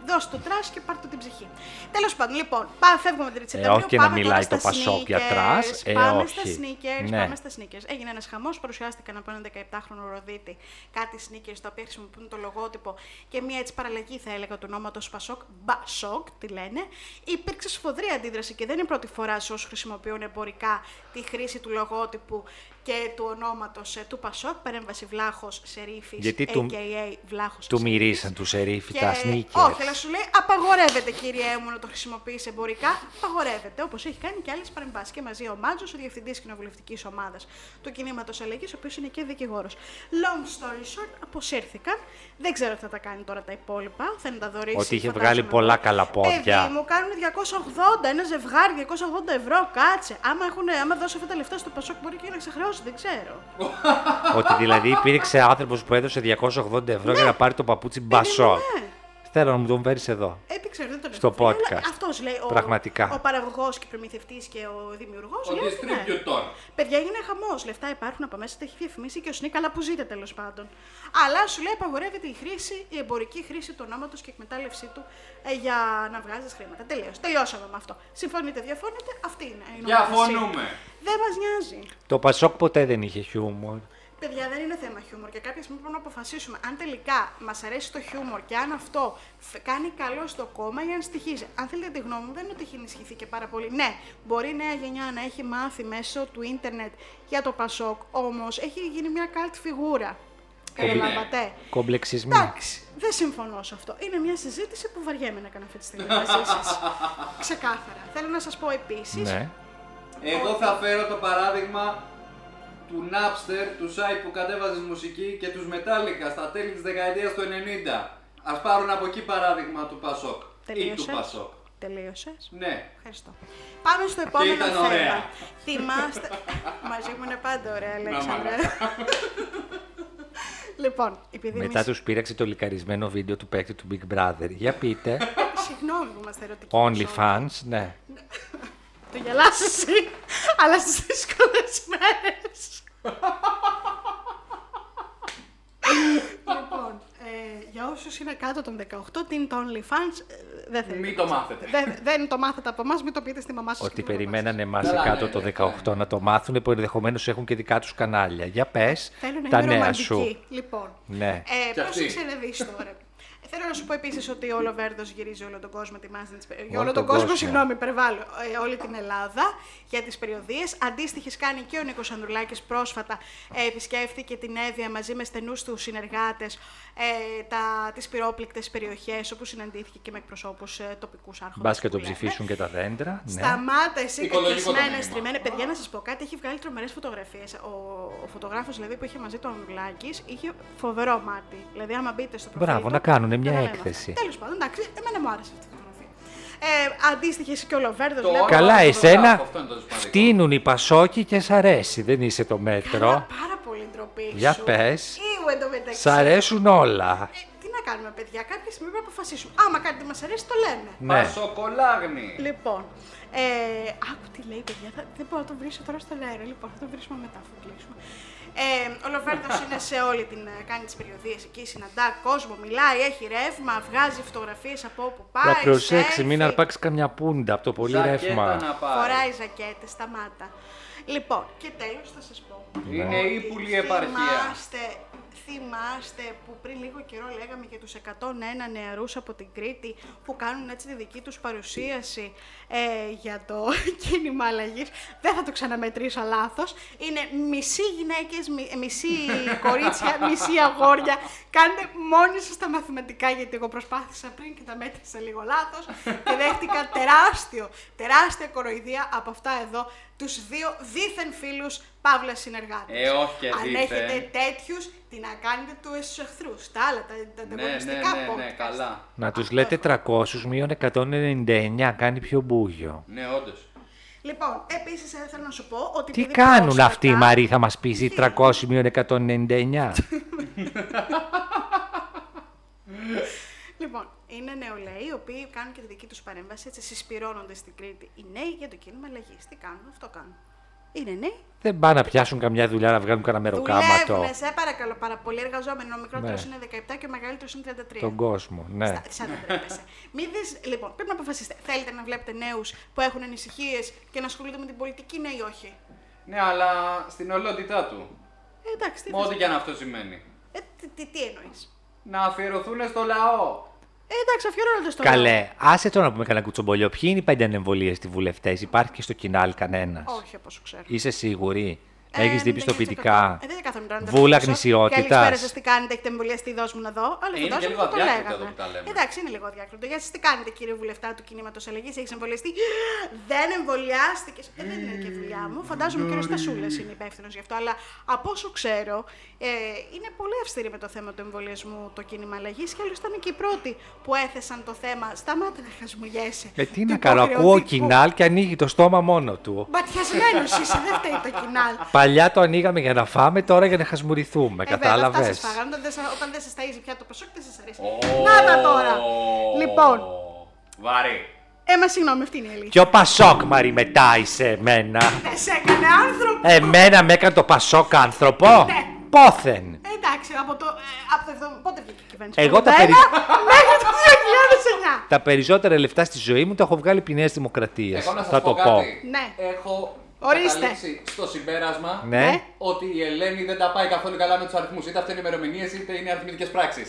Speaker 6: Δώσ' το τρας και πάρ' του την ψυχή. Τέλος πάντων, λοιπόν, πάμε, φεύγουμε από την
Speaker 5: Ε,
Speaker 6: Ριτσέτα.
Speaker 5: όχι και να μιλάει το Πασόκ για τρας, ε,
Speaker 6: πάμε στα
Speaker 5: όχι.
Speaker 6: sneakers,
Speaker 5: Ναι.
Speaker 6: πάμε στα sneakers. Έγινε ένας χαμός, παρουσιάστηκαν από έναν 17χρονο Ροδίτη κάτι sneakers τα οποία χρησιμοποιούν το λογότυπο και μια έτσι παραλλαγή, θα έλεγα, του ονόματος Πασόκ. Μπασόκ, τη λένε. Υπήρξε σφοδρή αντίδραση και δεν είναι πρώτη φορά σε όσους χρησιμοποιούν εμπορικά τη χρήση του λογότυπου και του ονόματος του Πασόκ. Παρέμβαση Βλάχος σε ρήφη,
Speaker 5: Γιατί του-
Speaker 6: AKA Βλάχος
Speaker 5: Του
Speaker 6: σε
Speaker 5: μυρίσαν του ερήφη
Speaker 6: και-
Speaker 5: τα sneakers.
Speaker 6: Όχι, αλλά σου λέει απαγορεύεται, κύριε μου, να το χρησιμοποιήσει εμπορικά. Απαγορεύεται, όπως έχει κάνει και άλλες παρεμβάσεις. Και μαζί ο Μάτζο, ο διευθυντής κοινοβουλευτικής ομάδας του κινήματος Αλλαγή, ο οποίος είναι και δικηγόρος. Long story short, αποσύρθηκαν. Δεν ξέρω τι θα τα κάνει τώρα τα υπόλοιπα. Θα είναι τα δωρήσει.
Speaker 5: Ότι είχε
Speaker 6: φαντάζομαι,
Speaker 5: βγάλει πολλά
Speaker 6: εγώ.
Speaker 5: καλά πόδια.
Speaker 6: Παιδί μου κάνουν 280, ένα ζευγάρι 280 ευρώ, κάτσε. Άμα, έχουν, άμα δώσω αυτά τα λεφτά στο Πασόκ, μπορεί και να ξεχρεώσει, δεν ξέρω.
Speaker 5: Ότι δηλαδή υπήρξε άνθρωπος που έδωσε 280 ευρώ για να πάρει το παπούτσι μπασό.
Speaker 6: ναι.
Speaker 5: Θέλω να μου τον φέρεις εδώ.
Speaker 6: Έπαιξε, δεν τον
Speaker 5: Στο
Speaker 6: έχω βρει,
Speaker 5: podcast.
Speaker 6: αλλά Αυτός λέει ο,
Speaker 5: Πραγματικά.
Speaker 6: ο παραγωγός και προμηθευτής και ο δημιουργός.
Speaker 7: Ο distributor.
Speaker 6: Παιδιά, έγινε χαμός. Λεφτά υπάρχουν από μέσα, τα έχει διαφημίσει και ο Σνίκ, αλλά που ζείτε τέλος πάντων. Αλλά σου λέει απαγορεύεται η χρήση, η εμπορική χρήση του ονόματος και εκμετάλλευσή του ε, για να βγάζεις χρήματα. Τελείως. Τελειώσαμε με αυτό. Συμφωνείτε, διαφώνετε. Αυτή είναι η νομοθεσία.
Speaker 7: Διαφωνούμε.
Speaker 6: Δεν μας νοιάζει.
Speaker 5: Το Πασόκ ποτέ δεν είχε χιούμορ.
Speaker 6: Παιδιά, δεν είναι θέμα χιούμορ και κάποια στιγμή πρέπει να αποφασίσουμε αν τελικά μας αρέσει το χιούμορ και αν αυτό φ- κάνει καλό στο κόμμα ή αν στοιχίζει. Αν θέλετε τη γνώμη μου, δεν είναι ότι έχει ενισχυθεί και πάρα πολύ. Ναι, μπορεί η νέα γενιά να έχει μάθει μέσω του ίντερνετ για το Πασόκ, όμως έχει γίνει μια καλτ φιγούρα. Καταλάβατε.
Speaker 7: Ναι.
Speaker 5: Κομπλεξισμοί.
Speaker 6: Εντάξει, δεν συμφωνώ σε αυτό. Είναι μια συζήτηση που βαριέμαι να κάνω αυτή τη στιγμή μαζί σας. Ξεκάθαρα. Θέλω να σας πω επίσης.
Speaker 5: Ναι.
Speaker 7: Εγώ θα φέρω το παράδειγμα του Napster, του site που κατέβαζες μουσική και τους Metallica στα τέλη της δεκαετίας του 90. Ας πάρουν από εκεί παράδειγμα του Πασόκ ή του
Speaker 6: Τελείωσες.
Speaker 7: Πασόκ.
Speaker 6: Τελείωσες.
Speaker 7: Ναι.
Speaker 6: Ευχαριστώ. Πάμε στο επόμενο
Speaker 7: ήταν
Speaker 6: θέμα.
Speaker 7: ωραία.
Speaker 6: Θυμάστε. Μαζί μου είναι πάντα ωραία,
Speaker 7: Να,
Speaker 6: Αλέξανδρα.
Speaker 7: μαλάκα.
Speaker 6: λοιπόν, επειδή
Speaker 5: Μετά
Speaker 6: εμείς-
Speaker 5: τους πήραξε το λικαρισμένο βίντεο του παίκτη του Big Brother. Για πείτε.
Speaker 6: Συγγνώμη που είμαστε ερωτικοί.
Speaker 5: Only fans, ναι.
Speaker 6: Το γελάς εσύ, αλλά στις δύσκολες μέρες. λοιπόν, ε, για όσους είναι κάτω των 18, την το OnlyFans ε, δεν θέλει.
Speaker 7: Μην το μάθετε.
Speaker 6: Δεν, δεν το μάθατε από εμάς, μην το πείτε στη μαμά σας. και
Speaker 5: Ότι
Speaker 6: στον παπά σας.
Speaker 5: περιμένανε εμάς
Speaker 7: Καλά,
Speaker 5: κάτω
Speaker 7: ναι,
Speaker 5: το
Speaker 7: ναι,
Speaker 5: 18 να το μάθουν που ενδεχομένως έχουν και δικά τους κανάλια. Για πες
Speaker 6: Θέλω να
Speaker 5: τα
Speaker 6: είμαι
Speaker 5: νέα
Speaker 6: ρομαντική.
Speaker 5: σου.
Speaker 6: Λοιπόν,
Speaker 5: Ναι.
Speaker 7: Κι
Speaker 6: ε,
Speaker 7: αυτή.
Speaker 6: πρόσεξε να δεις τώρα. Ε, Θέλω να σου πω επίσης ότι ο Λοβέρδο γυρίζει όλο τον κόσμο, τη μάζα τη περιοχή.
Speaker 5: Όλο
Speaker 6: Όλο
Speaker 5: τον
Speaker 6: τον κόσμο,
Speaker 5: κόσμο.
Speaker 6: συγγνώμη, υπερβάλλω. ε, όλη την Ελλάδα για τις περιοδίες. Αντίστοιχες κάνει και ο Νίκος Ανδρουλάκης πρόσφατα. Ε, επισκέφθηκε την Εύβοια μαζί με στενούς του συνεργάτες ε, τις πυρόπληκτες περιοχές, όπου συναντήθηκε και με εκπροσώπους ε, τοπικούς άρχοντες.
Speaker 5: Μπας και το ψηφίσουν και τα δέντρα. Ναι.
Speaker 6: Σταμάτα εσύ
Speaker 7: Οικολογικό το
Speaker 6: κακισμένα
Speaker 7: μήνυμα.
Speaker 6: στριμμένα. Παιδιά, να σας πω κάτι, έχει βγάλει τρομερές φωτογραφίες. Ο, ο φωτογράφος δηλαδή, που είχε μαζί τον Βλάκη είχε φοβερό μάτι. Δηλαδή, άμα μπείτε στο προφίλ.
Speaker 5: Μπράβο, να κάνουνε μια έκθεση.
Speaker 6: Τέλος πάντων, εντάξει, εμένα μου άρεσε αυτή η φωτογραφία. Ε, Αντίστοιχες και ο Λοβέρδο.
Speaker 7: Το
Speaker 6: βλέπω.
Speaker 7: όνομα
Speaker 5: Καλά,
Speaker 7: του
Speaker 5: εσένα
Speaker 7: φωτογράφου, αυτό είναι το σημαντικό.
Speaker 5: φτύνουν οι πασόκοι και σ' αρέσει. Δεν είσαι το
Speaker 6: Καλά,
Speaker 5: μέτρο.
Speaker 6: πάρα πολύ ντροπή.
Speaker 5: Για
Speaker 6: σου.
Speaker 5: πες.
Speaker 6: Ήου εντωμεταξύ.
Speaker 5: Σ' αρέσουν όλα.
Speaker 6: Ε, τι να κάνουμε, παιδιά, κάποια στιγμή πρέπει να αποφασίσουμε. Άμα κάτι μας αρέσει, το λέμε.
Speaker 5: Ναι.
Speaker 7: Πασοκολάγνη.
Speaker 6: Λοιπόν, ε, άκου τι λέει, παιδιά. Θα, δεν μπορώ να το βρίσκω τώρα στον αέρα. Λοιπόν, θα το βρίσκουμε μετά, αφού κλείσουμε. Ε, ο Λοβέρδος είναι σε όλη την. ε, κάνει τις περιοδίες εκεί, συναντά κόσμο, μιλάει, έχει ρεύμα, βγάζει φωτογραφίες από όπου πάει.
Speaker 5: Να προσέξει,
Speaker 6: selfie,
Speaker 5: μην αρπάξει καμιά πούντα από το πολύ
Speaker 7: Ζακέτα
Speaker 5: ρεύμα.
Speaker 7: να πάρει.
Speaker 6: Φοράει ζακέτε, σταμάτα. Λοιπόν, και τέλος θα σας πω.
Speaker 7: Είναι
Speaker 5: Ναι.
Speaker 6: ότι
Speaker 7: ύπουλη Ναι, επαρχία.
Speaker 6: Θυμάστε, θυμάστε που πριν λίγο καιρό λέγαμε για τους 101 νεαρούς από την Κρήτη που κάνουν έτσι τη δική τους παρουσίαση ε, για το κίνημα αλλαγής. Δεν θα το ξαναμετρήσω λάθος. Είναι μισή γυναίκες, μι- μισή κορίτσια, μισή αγόρια. Κάντε μόνοι σας τα μαθηματικά γιατί εγώ προσπάθησα πριν και τα μέτρησα λίγο λάθος και δέχτηκα τεράστιο, τεράστια κοροϊδία από αυτά εδώ τους δύο δίθεν φίλους Παύλα
Speaker 7: Ε,
Speaker 6: συνεργάτες.
Speaker 7: όχι και
Speaker 6: Αν
Speaker 7: δείτε.
Speaker 6: έχετε τέτοιους, τι να κάνετε του εχθρού. Τα άλλα, τα τα
Speaker 7: Ναι, ναι,
Speaker 6: ανταγωνιστικά
Speaker 7: ναι, ναι,
Speaker 6: podcast.
Speaker 7: καλά.
Speaker 5: Να τους λέτε 300 μείον 199, κάνει πιο μπούγιο.
Speaker 7: Ναι, όντως.
Speaker 6: Λοιπόν, επίσης θέλω να σου πω ότι.
Speaker 5: Τι
Speaker 6: επειδή
Speaker 5: κάνουν
Speaker 6: πρόσφατα-
Speaker 5: αυτοί οι Μαρή, θα μας πεις, οι 300 μείον 199.
Speaker 6: Λοιπόν, είναι νεολαίοι οι οποίοι κάνουν και τη δική τους παρέμβαση. Έτσι, συσπηρώνονται στην Κρήτη οι νέοι για το κίνημα αλλαγή. Τι κάνουν, αυτό κάνουν. Είναι νέοι.
Speaker 5: Δεν πάνε να πιάσουν καμιά δουλειά να βγάλουν κανένα μεροκάματο.
Speaker 6: Δουλεύουν, σε παρακαλώ πάρα πολύ. Εργαζόμενοι. Ο μικρότερος
Speaker 5: Ναι.
Speaker 6: είναι 17 και ο μεγαλύτερος είναι 33.
Speaker 5: Τον κόσμο, ναι.
Speaker 6: Στα- Σαν να τρέπεσαι. Μην δεις- λοιπόν, πρέπει να αποφασίσετε. Θέλετε να βλέπετε νέους που έχουν ανησυχίες και να ασχολούνται με την πολιτική, ναι ή όχι.
Speaker 7: Ναι, αλλά στην ολότητά του.
Speaker 6: Ε, εντάξει, τι,
Speaker 7: Μα ό,τι
Speaker 6: θες.
Speaker 7: και αν αυτό σημαίνει.
Speaker 6: ε, τι, τι, τι εννοείς.
Speaker 7: Να αφιερωθούν στο λαό.
Speaker 6: Ε, εντάξει, αφιερώνονται στο
Speaker 5: Καλέ, άσε τώρα να πούμε κανένα κουτσομπολιό. Ποιοι είναι οι πέντε ανεμβολίες στη βουλευτές, υπάρχει και στο κοινάλ κανένα.
Speaker 6: λαό. Όχι, από όσο ξέρω.
Speaker 5: Είσαι σίγουρη.
Speaker 6: Ε,
Speaker 5: Έχεις δει
Speaker 6: 99%.
Speaker 5: πιστοποιητικά.
Speaker 6: Ε, δεν κάθομαι τώρα να τα
Speaker 5: Βούλα
Speaker 6: θυμίσω.
Speaker 5: γνησιότητας.
Speaker 6: Καλησπέρα σα, τι κάνετε, έχετε εμβολιαστεί, δώσ' μου να δω. Αλλά
Speaker 7: Ε, είναι
Speaker 6: φαντάζομαι
Speaker 7: και λίγο
Speaker 6: θα το
Speaker 7: αδιάκριτο
Speaker 6: λέγαμε.
Speaker 7: εδώ που τα λέμε.
Speaker 6: Εντάξει, είναι λίγο αδιάκριτο. Για σας τι κάνετε, κύριε βουλευτά του κινήματος αλλαγής, έχεις εμβολιαστεί. Δεν εμβολιάστηκες. Ε, δεν είναι και δουλειά μου. Φαντάζομαι ο κύριος Στασούλας είναι υπεύθυνος γι' αυτό. Αλλά από όσο ξέρω, ε, είναι πολύ αυστηρή με το θέμα του εμβολιασμού το κίνημα αλλαγής και άλλωστε ήταν και οι πρώτοι που έθεσαν το θέμα. Σταμάτα να χασμουγέσαι.
Speaker 5: Ε, τι
Speaker 6: του
Speaker 5: να κάνω, ακούω
Speaker 6: υποχρεωτικού.
Speaker 5: κοινάλ και ανοίγει το στόμα μόνο του.
Speaker 6: Μπατιασμένος είσαι, δεν φταίει το κοινάλ.
Speaker 5: Παλιά το ανοίγαμε για να φάμε, τώρα για να χασμουριθούμε.
Speaker 6: Ε, βέβαια, Αυτά
Speaker 5: Κατάλαβε.
Speaker 6: σας φάγανε. Όταν δεν σα- Όταν δεν σα ταΐζει πια το Πασόκ, δεν σα αρέσει. Να τα τώρα. Λοιπόν,
Speaker 7: Βαρύ.
Speaker 6: ε, μα συγγνώμη, αυτή είναι η αλήθεια.
Speaker 5: Ποιο πασόκ Μαρή μετάησε εμένα.
Speaker 6: Δεν σε έκανε άνθρωπο.
Speaker 5: Ε, Εμένα με έκανε το πασόκ άνθρωπο.
Speaker 6: Ναι.
Speaker 5: Πόθεν.
Speaker 6: Ε, Εντάξει, από το. ε, από το 70 Πότε βγήκε η κυβέρνηση.
Speaker 5: Εγώ τα
Speaker 6: 51
Speaker 5: περι-
Speaker 6: Μέχρι το 2009.
Speaker 5: Τα περισσότερα λεφτά στη ζωή μου τα έχω βγάλει ποινέ δημοκρατίας.
Speaker 7: Εγώ να σας
Speaker 5: Θα
Speaker 7: πω
Speaker 5: το
Speaker 7: κάτι.
Speaker 6: Ναι.
Speaker 7: Έχω
Speaker 6: Ορίστε.
Speaker 7: καταλήξει στο συμπέρασμα
Speaker 5: Ναι.
Speaker 7: ότι η Ελένη δεν τα πάει καθόλου καλά με τους αριθμούς. Είτε αυτές είναι ημερομηνίες, είτε είναι αριθμητικές πράξεις.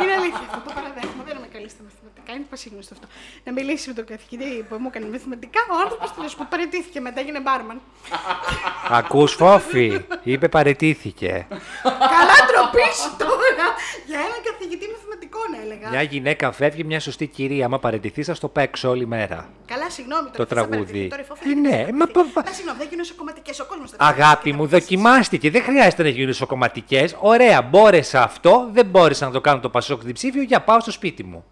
Speaker 6: Είναι αλήθεια, θα το παραδέχομαι. Δεν είμαι καλή στα μαθηματικά. Είναι πασίγνωστο αυτό. Να μιλήσει με τον καθηγητή που μου έκανε μαθηματικά, ο άνθρωπος τέλο που παραιτήθηκε μετά, έγινε μπάρμαν.
Speaker 5: Ακούς φόφη. Είπε παρετήθηκε.
Speaker 6: Καλά ντροπής σου τώρα για έναν καθηγητή μαθηματικών, έλεγα.
Speaker 5: Μια γυναίκα φεύγει, μια σωστή κυρία. Άμα παρετηθεί, θα στο παίξω όλη μέρα.
Speaker 6: Καλά, συγγνώμη τώρα.
Speaker 5: Το
Speaker 6: ποιος θα
Speaker 5: τραγούδι.
Speaker 6: παραιτηθεί, τώρα η Φόφη
Speaker 5: Ε,
Speaker 6: θα
Speaker 5: ναι,
Speaker 6: παραιτηθεί.
Speaker 5: μα πα-
Speaker 6: Μα συγγνώμη, δεν γίνονται κομματικέ ο κόσμος.
Speaker 5: Αγάπη μου, δοκιμάστηκε. Δεν χρειάζεται να γίνουν σοκοματικέ. Ωραία, μπόρεσα αυτό. Δεν μπόρεσα να το κάνω το πασόκ διψήφιο. Για πάω στο σπίτι μου.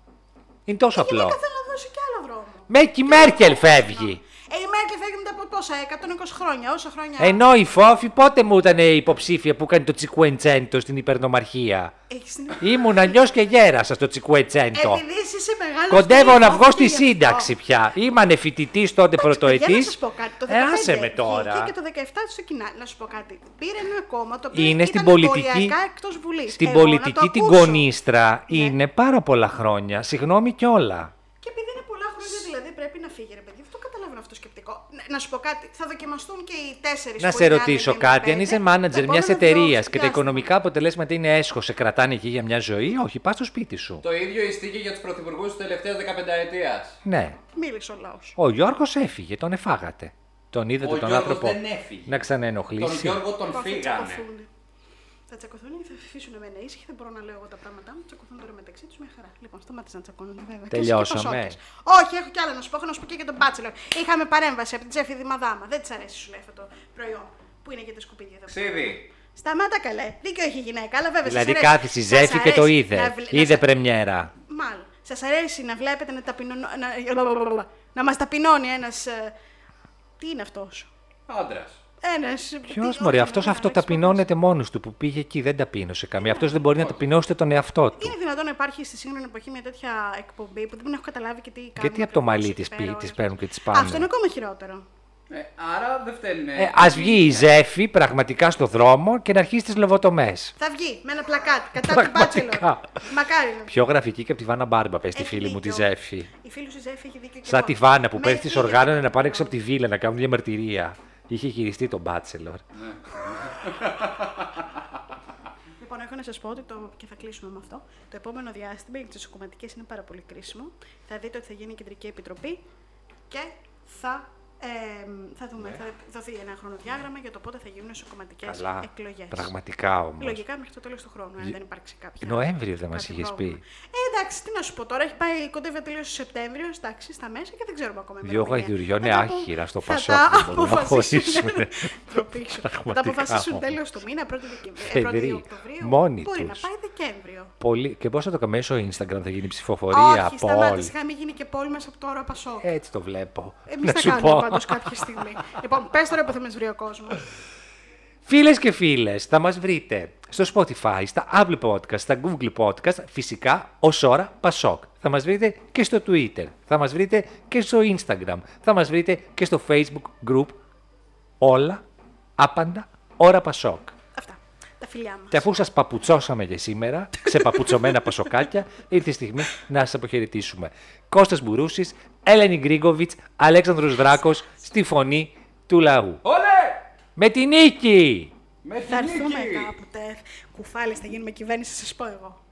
Speaker 5: Είναι τόσο
Speaker 6: Θέλω
Speaker 5: απλό.
Speaker 6: να δώσω κι άλλο δρόμο.
Speaker 5: Μέκη Μέρκελ φεύγει.
Speaker 6: Ε, η Μέρκελ φεύγει μετά από πόσα, 120 χρόνια, όσα χρόνια.
Speaker 5: Ενώ Ε, η Φόφη πότε μου ήταν η υποψήφια που κάνει το τσικουεντσέντο στην υπερνομαρχία.
Speaker 6: Έχεις την-
Speaker 5: Ήμουν αλλιώς και γέρασα στο τσικουεντσέντο.
Speaker 6: Επειδή εσύ είσαι μεγάλος.
Speaker 5: Κοντεύω να βγω στη σύνταξη πια. Ήμανε φοιτητής τότε πρωτοετή.
Speaker 6: Για να σας πω κάτι. Το 15
Speaker 5: Ε, άσε με
Speaker 6: βγήκε
Speaker 5: τώρα.
Speaker 6: και το 17 στο κοινά. Να σου πω κάτι. Πήρε ένα κόμμα το οποίο
Speaker 5: Είναι
Speaker 6: ήταν
Speaker 5: στην πολιτική,
Speaker 6: οριακά εκτός Βουλής.
Speaker 5: στην
Speaker 6: Εγώ να το
Speaker 5: πολιτική την
Speaker 6: ακούσω.
Speaker 5: κονίστρα
Speaker 6: Ναι.
Speaker 5: είναι πάρα πολλά χρόνια. Συγγνώμη κιόλα.
Speaker 6: Και επειδή είναι πολλά χρόνια, δηλαδή πρέπει να φύγει, ρε παιδί. Δεν το καταλαβαίνω αυτό το σκεπτικό. Ναι, Να, να σου πω κάτι. Θα δοκιμαστούν και οι τέσσερις
Speaker 5: Να σε ρωτήσω κάτι, αν είσαι
Speaker 6: Ναι,
Speaker 5: μάνατζερ μια εταιρείας και τα οικονομικά αποτελέσματα είναι έσχος, σε κρατάνε εκεί για μια ζωή, όχι, πας στο σπίτι σου.
Speaker 7: το ίδιο ιστήκε για τους πρωθυπουργούς της τελευταίας 15ετία.
Speaker 5: Ναι.
Speaker 6: Μίλησε ο λαός.
Speaker 5: Ο Γιώργος έφυγε, τον εφάγατε. Τον είδατε
Speaker 7: Ο
Speaker 5: τον
Speaker 7: Γιώργος
Speaker 5: άνθρωπο
Speaker 7: δεν έφυγε.
Speaker 5: να
Speaker 7: Τον
Speaker 5: ξαναενοχλήσει.
Speaker 7: Γιώργο τον φύγανε.
Speaker 6: Θα τσακωθούν ή θα αφήσουν εμένα ήσυχη, δεν μπορώ να λέω εγώ τα πράγματά μου. Τσακωθούν τώρα μεταξύ τους μια χαρά. Λοιπόν, σταμάτησε να τσακώνουν, βέβαια. Και εσύ και
Speaker 5: Τελειώσαμε.
Speaker 6: Πασόκες. Όχι, έχω κι άλλα να σου πω. Έχω να σου πω και για τον Μπάτσελο. Είχαμε παρέμβαση από την Τζέφη Δημαδάμα. Δεν της αρέσει, σου λέει αυτό το προϊόν. Που είναι για τα σκουπίδια εδώ.
Speaker 7: Ξύδι.
Speaker 6: Σταμάτα καλέ. Δίκιο έχει η γυναίκα, αλλά βέβαια. σας
Speaker 5: Δηλαδή
Speaker 6: αρέσει.
Speaker 5: κάθισε η
Speaker 6: Σας
Speaker 5: Ζέφη και το
Speaker 6: αρέσει να
Speaker 5: είδε.
Speaker 6: βλέ- να
Speaker 5: Είδε
Speaker 6: σας-
Speaker 5: πρεμιέρα.
Speaker 6: Μάλλον. Σας αρέσει να βλέπετε να, ταπεινω... να... να μας ταπεινώνει ένας. Τι είναι ε, αυτός.
Speaker 7: Άντρας.
Speaker 6: Ένα.
Speaker 5: Ποιο μωρέ, αυτό αυτό ταπεινώνεται μόνος του που πήγε εκεί, δεν ταπείνωσε καμία. Αυτός δεν μπορεί να ταπεινώσει τον εαυτό του.
Speaker 6: Είναι δυνατόν να υπάρχει στη σύγχρονη εποχή μια τέτοια εκπομπή που δεν έχω καταλάβει και τι κάνει.
Speaker 5: Γιατί από το μαλλί τη τις παίρνουν και της πάνε.
Speaker 6: Αυτό είναι ακόμα χειρότερο.
Speaker 7: Ε, άρα δεν φταίνουν.
Speaker 5: Ε, Ας βγει η Ζέφη πραγματικά στο δρόμο και να αρχίσει τις λεβοτομέ.
Speaker 6: Θα βγει με ένα πλακάτ κατά την Πάτσελο.
Speaker 5: Πραγματικά.
Speaker 6: Μακάρι να βγει.
Speaker 5: Πιο γραφική και από τη Βάνα Μπάρμπα, πες
Speaker 7: Ε,
Speaker 5: τη
Speaker 6: Έχει
Speaker 5: φίλη μου τη
Speaker 6: δίκιο.
Speaker 5: Ζέφη.
Speaker 7: Λοιπόν,
Speaker 6: Η φίλη σου η Ζέφη έχει δίκιο. και
Speaker 5: Σαν
Speaker 6: εγώ.
Speaker 5: τη Βάνα που
Speaker 6: Με
Speaker 5: πέφτει τι
Speaker 6: θύμισε
Speaker 5: οργάνωνα
Speaker 6: το
Speaker 5: να πάνε έξω
Speaker 6: πράγμα.
Speaker 5: από τη βίλα να κάνουν διαμαρτυρία. Είχε χειριστεί τον Μπάτσελορ.
Speaker 6: Λοιπόν, έχω να σας πω ότι το. και θα κλείσουμε με αυτό. Το επόμενο διάστημα για τι κομματικέ είναι πάρα πολύ κρίσιμο. Θα δείτε ότι θα γίνει η κεντρική επιτροπή και θα, ε, θα
Speaker 5: Ναι.
Speaker 6: δούμε. Θα δοθεί ένα χρονοδιάγραμμα για το πότε θα γίνουν εσωκομματικές
Speaker 5: Καλά.
Speaker 6: εκλογές.
Speaker 5: Πραγματικά όμως.
Speaker 6: Λογικά μέχρι το τέλος του χρόνου, αν
Speaker 5: Γι-
Speaker 6: δεν υπάρξει κάποια.
Speaker 5: Νοέμβριο δεν μας
Speaker 6: κάποιο
Speaker 5: είχες
Speaker 6: πρόβλημα.
Speaker 5: πει.
Speaker 6: Ε, εντάξει, τι να σου πω τώρα. Έχει πάει κοντεύει τελείως Σεπτέμβριο, εντάξει, στα μέσα και δεν ξέρουμε ακόμα.
Speaker 5: Δύο
Speaker 6: ημερομηνία.
Speaker 5: γαϊδουριό είναι
Speaker 6: Θα τα απο-
Speaker 5: άχυρα στο
Speaker 6: θα
Speaker 5: Πασόκ,
Speaker 6: τα
Speaker 5: δεν μπορούμε να
Speaker 6: αποφασίσουν.
Speaker 5: χωρίσουμε.
Speaker 6: Ντροπή σου. Θα τα
Speaker 5: Πραγματικά
Speaker 6: αποφασίσουν
Speaker 5: όμως.
Speaker 6: τέλος του μήνα, 1η Δεκεμβρίου. ε,
Speaker 5: Φεδροί,
Speaker 6: 1η Οκτωβρίου.
Speaker 5: μόνοι
Speaker 6: Μπορεί να
Speaker 5: τους.
Speaker 6: πάει Δεκέμβριο.
Speaker 5: Πολύ... Και πώς θα το κάνω μέσω Instagram, θα γίνει ψηφοφορία
Speaker 6: Όχι,
Speaker 5: από
Speaker 6: σταμάτησε.
Speaker 5: όλοι.
Speaker 6: Είχαμε γίνει και πόλη μέσα από τώρα Πασόκ.
Speaker 5: Έτσι το βλέπω.
Speaker 6: Εμείς
Speaker 5: Ε, να
Speaker 6: θα
Speaker 5: σου
Speaker 6: κάνουμε
Speaker 5: πω.
Speaker 6: πάντως κάποια στιγμή. λοιπόν, πες τώρα που θα μας βρει ο κόσμος.
Speaker 5: Φίλες και φίλες, θα μας βρείτε στο Spotify, στα Apple Podcast, στα Google Podcast, φυσικά ως ώρα Πασόκ. Θα μας βρείτε και στο Twitter, θα μας βρείτε και στο Instagram, θα μας βρείτε και στο Facebook group. Όλα, άπαντα, ώρα Πασόκ.
Speaker 6: Αυτά. Τα φιλιά μας.
Speaker 5: Και αφού σας παπουτσώσαμε για σήμερα, σε παπουτσωμένα πασοκάκια, ήρθε η στιγμή να σας αποχαιρετήσουμε. Κώστας Μπουρούσης, Έλενη Γκρίγκοβιτς, Αλέξανδρος Δράκος, στη φωνή του λαού.
Speaker 7: Όλε!
Speaker 5: Με τη νίκη!
Speaker 7: Με τη
Speaker 6: Θα έρθουμε
Speaker 7: νίκη!
Speaker 6: κάπου. τε. Κουφάλες, θα γίνουμε κυβέρνηση, σας πω εγώ.